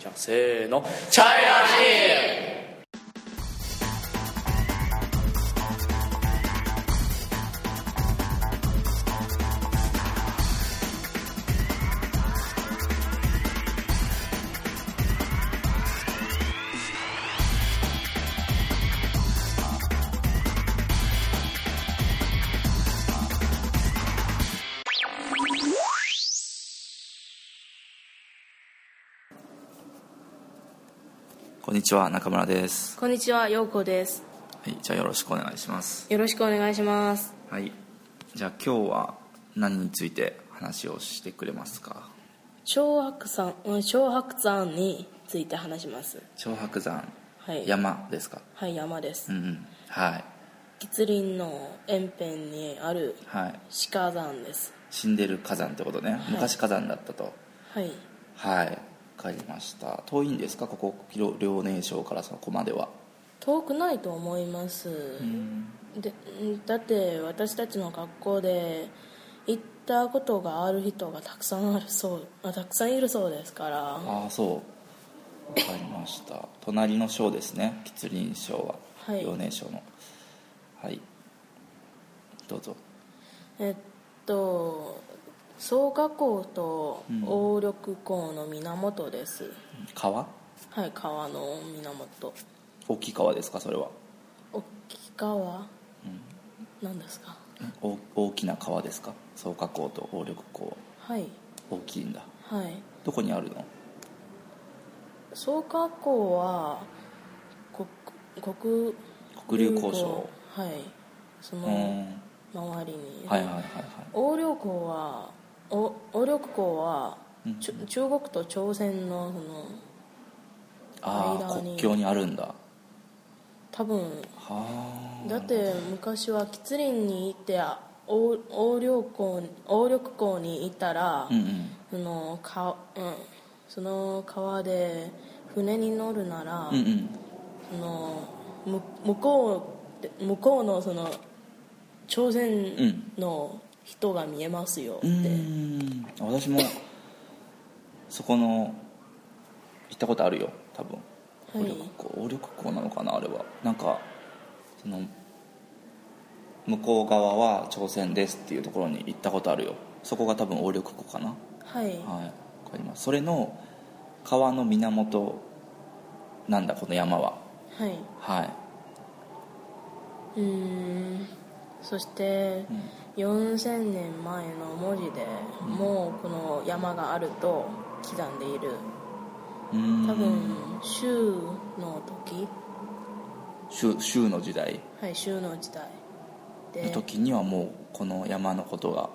じゃあせーのチャイラこんにちは中村です、こんにちは、ようこです。はい、じゃあよろしくお願いしますよろしくお願いします。はいじゃあ今日は何について話をしてくれますか小白山、うん、小白山について話します。長白山、はい。山ですかはい、山ですう。んうんはい吉林の延辺にあるはい鹿山です。死んでる火山ってことね、昔火山だったとはい。はい帰りました遠いんですかここ遼遼寧省からそこまでは遠くないと思います。でんだって私たちの学校で行ったことがある人がたくさんあるそうあたくさんいるそうですからああそうわかりました隣の省ですね吉林省ははい遼寧省のはいどうぞえっと草加港と鴨緑港の源です、川はい川の源大きい川ですかそれは大きい川、なんですかお大きな川ですか草加港と鴨緑港はい大きいんだはいどこにあるの草加港は国国黒竜交渉はいそうのん周りに、はいはいはいはい横領港はお横領港は、うんちゅ中国と朝鮮のそのああ間に国境にあるんだは多分あだって昔は吉林に行ってあ横横領港に横緑港にいたら、うんうんそのか、うん、その川で船に乗るなら、うんうんそのむ向こうって向こうのその朝鮮の人が見えますよって、うーん私もそこの行ったことあるよ多分暴い力校暴力校なのかなあれはなんかその向こう側は朝鮮ですっていうところに行ったことあるよそこが多分暴力校かなはいはいわかりますそれの川の源なんだこの山ははいはいうーんそして、4000年前の文字でもうこの山があると刻んでいるうーん多分州の時州州の時代はい州の時代ので時にはもうこの山のことが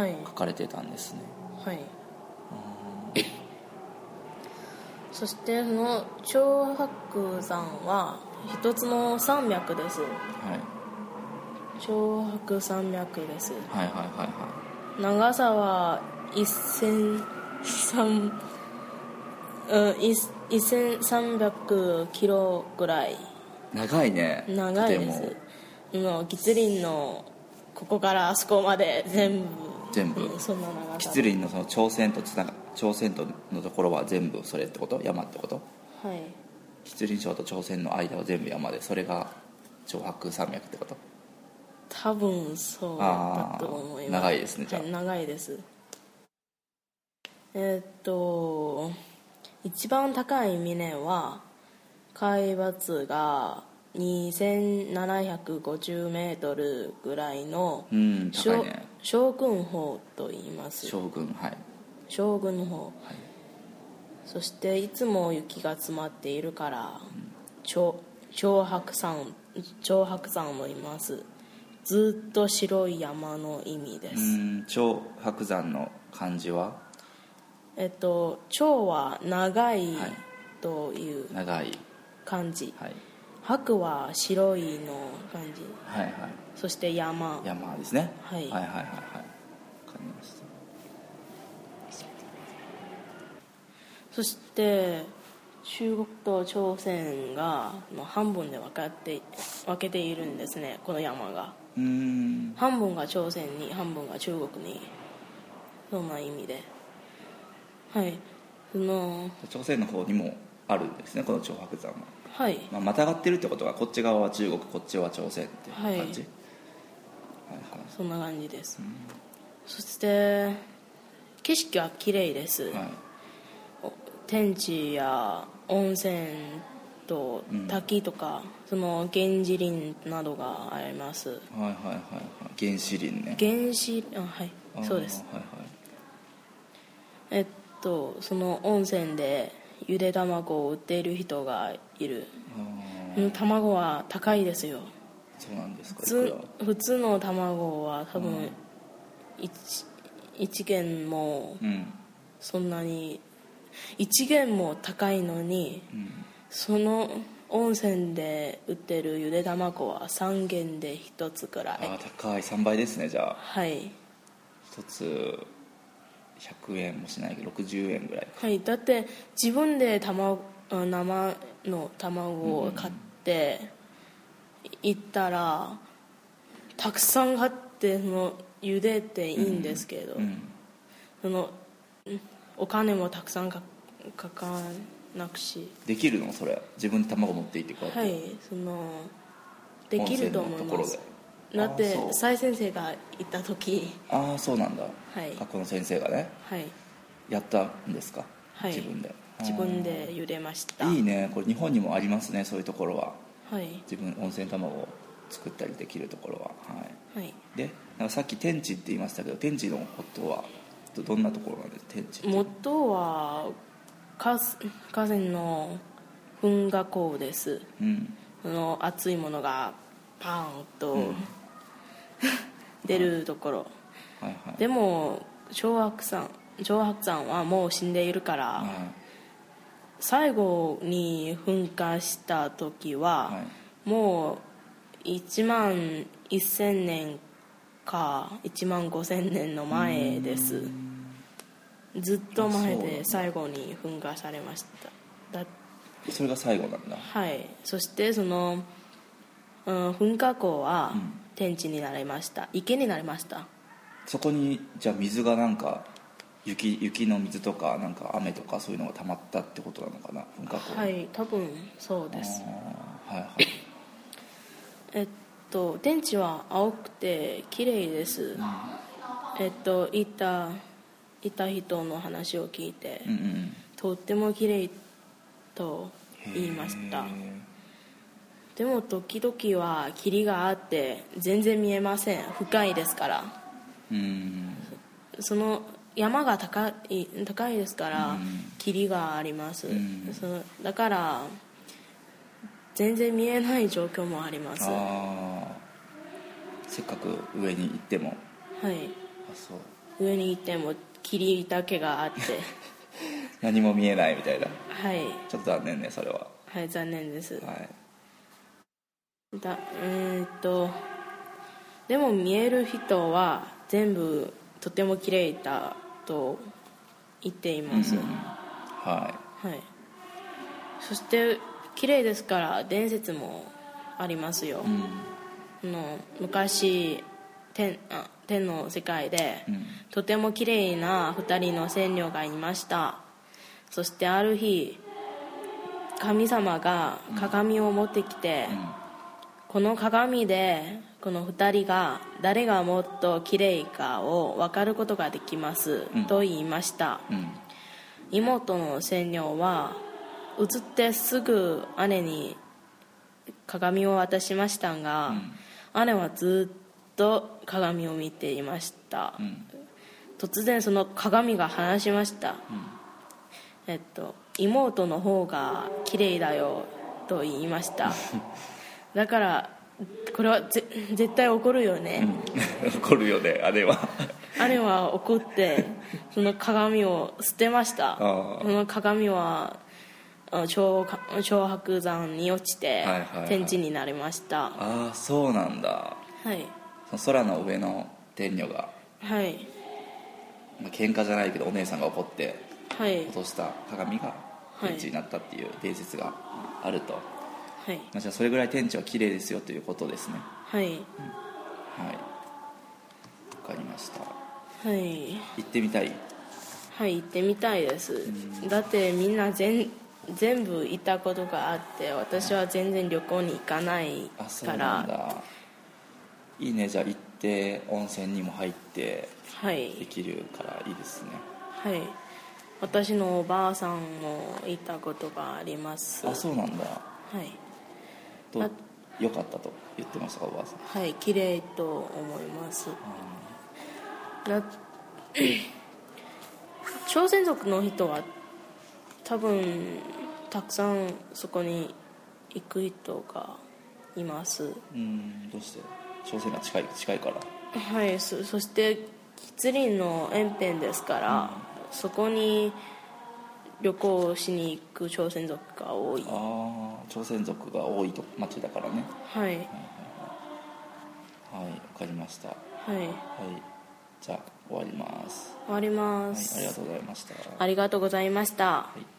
はい書かれてたんですねはいそしてその長白山は一つの山脈ですはい長白山脈ですはいはいはいは長さは1300うん1300キロぐらいい長いね長いでとすてももう吉林のここからあそこまで全部全部うんそんな長さ吉林のその朝鮮とつなが朝鮮とのところは全部それってこと山ってことはい吉林省と朝鮮の間は全部山でそれが長白山脈ってこと多分そうだあと思いあます長いですねじゃあ、はい、長いですえーっと一番高い峰は海抜が2750メートルぐらいのうん高い将ね将軍峰と言います将軍はい将軍峰、そしていつも雪が詰まっているから長長白山長白山もいますずっと白い山の意味でうす、ん長白山の漢字はえっと長は長いはいという長い漢字、はい白は白いの漢字はいはいそして山山ですね、はいはいはいはいはいわかりましたそして中国と朝鮮がの半分で分かって分けているんですねこの山がうん半分が朝鮮に半分が中国にそんな意味ではいその朝鮮の方にもあるんですねこの長白山は、はいまあ、またがってるってことはこっち側は中国こっちは朝鮮っていう感じ、ははいはいそんな感じです、そして景色は綺麗ではす、い天地や温泉と滝とか、その原始林などがありますはいはいはいはい原始林ね原始あはいあーそうですはいえっとその温泉でゆで卵を売っている人がいるはいあこの卵は高いですよーそうなんですかい普く通ら普通の卵は多う分ん一一元もうんそんなに一元も高いのにうんその温泉で売ってるゆで卵は3軒で1つくらああい高い3倍ですねじゃあはい、 1つ100円もしないけど60円ぐらいはい、だって自分で卵あ生の卵を買って行ったらたくさん買ってその茹でていいんですけど、うんそのんお金もたくさんかかかなくしできるのそれ自分で卵持っていってこうやってはいそのできると思い温泉のとこまろすでだっあてそう蔡先生が行った時ああそうなんだはい学校の先生がねはいやったんですか、はい自分で自分で茹でましたいいねこれ日本にもありますねそういうところははい自分温泉卵を作ったりできるところははいはいでなんかさっき天地って言いましたけど天地のことはどどんなところなんです天地って元は河河川の噴火口ですうんあの熱いものがパーンと、 出るところはいはいでも長白山長白山はもう死んでいるから、は最後に噴火した時は、いはいもう1万1000年か1万5000年の前ですずっと前あそうなんでだ最後に噴火されましただそれが最後なんだはいそしてその、うん、噴火口はうん天地になりました池になりましたそこにじゃあ水がなんか雪雪の水とかなんか雨とかそういうのが溜まったってことなのかな噴火口にはい多分そうですあーはいはいえっと天地は青くて綺麗です、えっといたいた人の話を聞いて、うんうんとっても綺麗とへー言いましたでも時々は霧があって全然見えません深いですからうんその山が高い高いですからうん霧があります、うんそのだから全然見えない状況もありますはああせっかく上に行ってもいあそう上に行っても霧だけがあ って何も見えないみたいなはいちょっと残念ねそれははい残念ですはいだえーっとでも見える人は全部とても綺麗だと言っています、ははいそして綺麗ですから伝説もありますいよ、うんあの昔天あ天の世界で、うんとても綺麗な2人の仙女がいましたそしてある日神様が鏡を持ってきて、この鏡でこの2人が誰がもっと綺麗かを分かることができます、うんと言いましたうん妹の仙女は映ってすぐ姉に鏡を渡しましたが、姉はずっと鏡を見ていました、うん突然その鏡が話しました、えっと妹の方が綺麗だよと言いましただからこれはぜ絶対怒るよね、うん 怒るよねあれは 姉は怒ってその鏡を捨てましたああその鏡はあ長長白山に落ちてはいはいはい天地になりましたはああそうなんだいその空の上の天女が、はいまあ喧嘩じゃないけどお姉さんが怒ってはい落とした鏡がい天地になったっていう伝説があると、はいまあ、じゃあそれぐらい天地は綺麗ですよということですねはいはいわかりましたはい行ってみたいはい行ってみたいです、だってみんな全全部行ったことがあって私は全然旅行に行かないあそうかなんらだいいねじゃあ行って温泉にも入ってはいできるからいいですねはい私のおばあさんも行ったことがありますあそうなんだはいとあよかったと言ってましたかおばあさんはい綺麗と思いますな 朝鮮族の人は多分たくさんそこに行く人がいますうんどうして朝鮮が近い近いからはいそそして吉林の延辺ですから、そこに旅行しに行く朝鮮族が多いああ朝鮮族が多いと町だからねはいはいはいわかりましたはい終じゃあ終わりますわりまはいす、ありがとうございましたありがとうございましたはい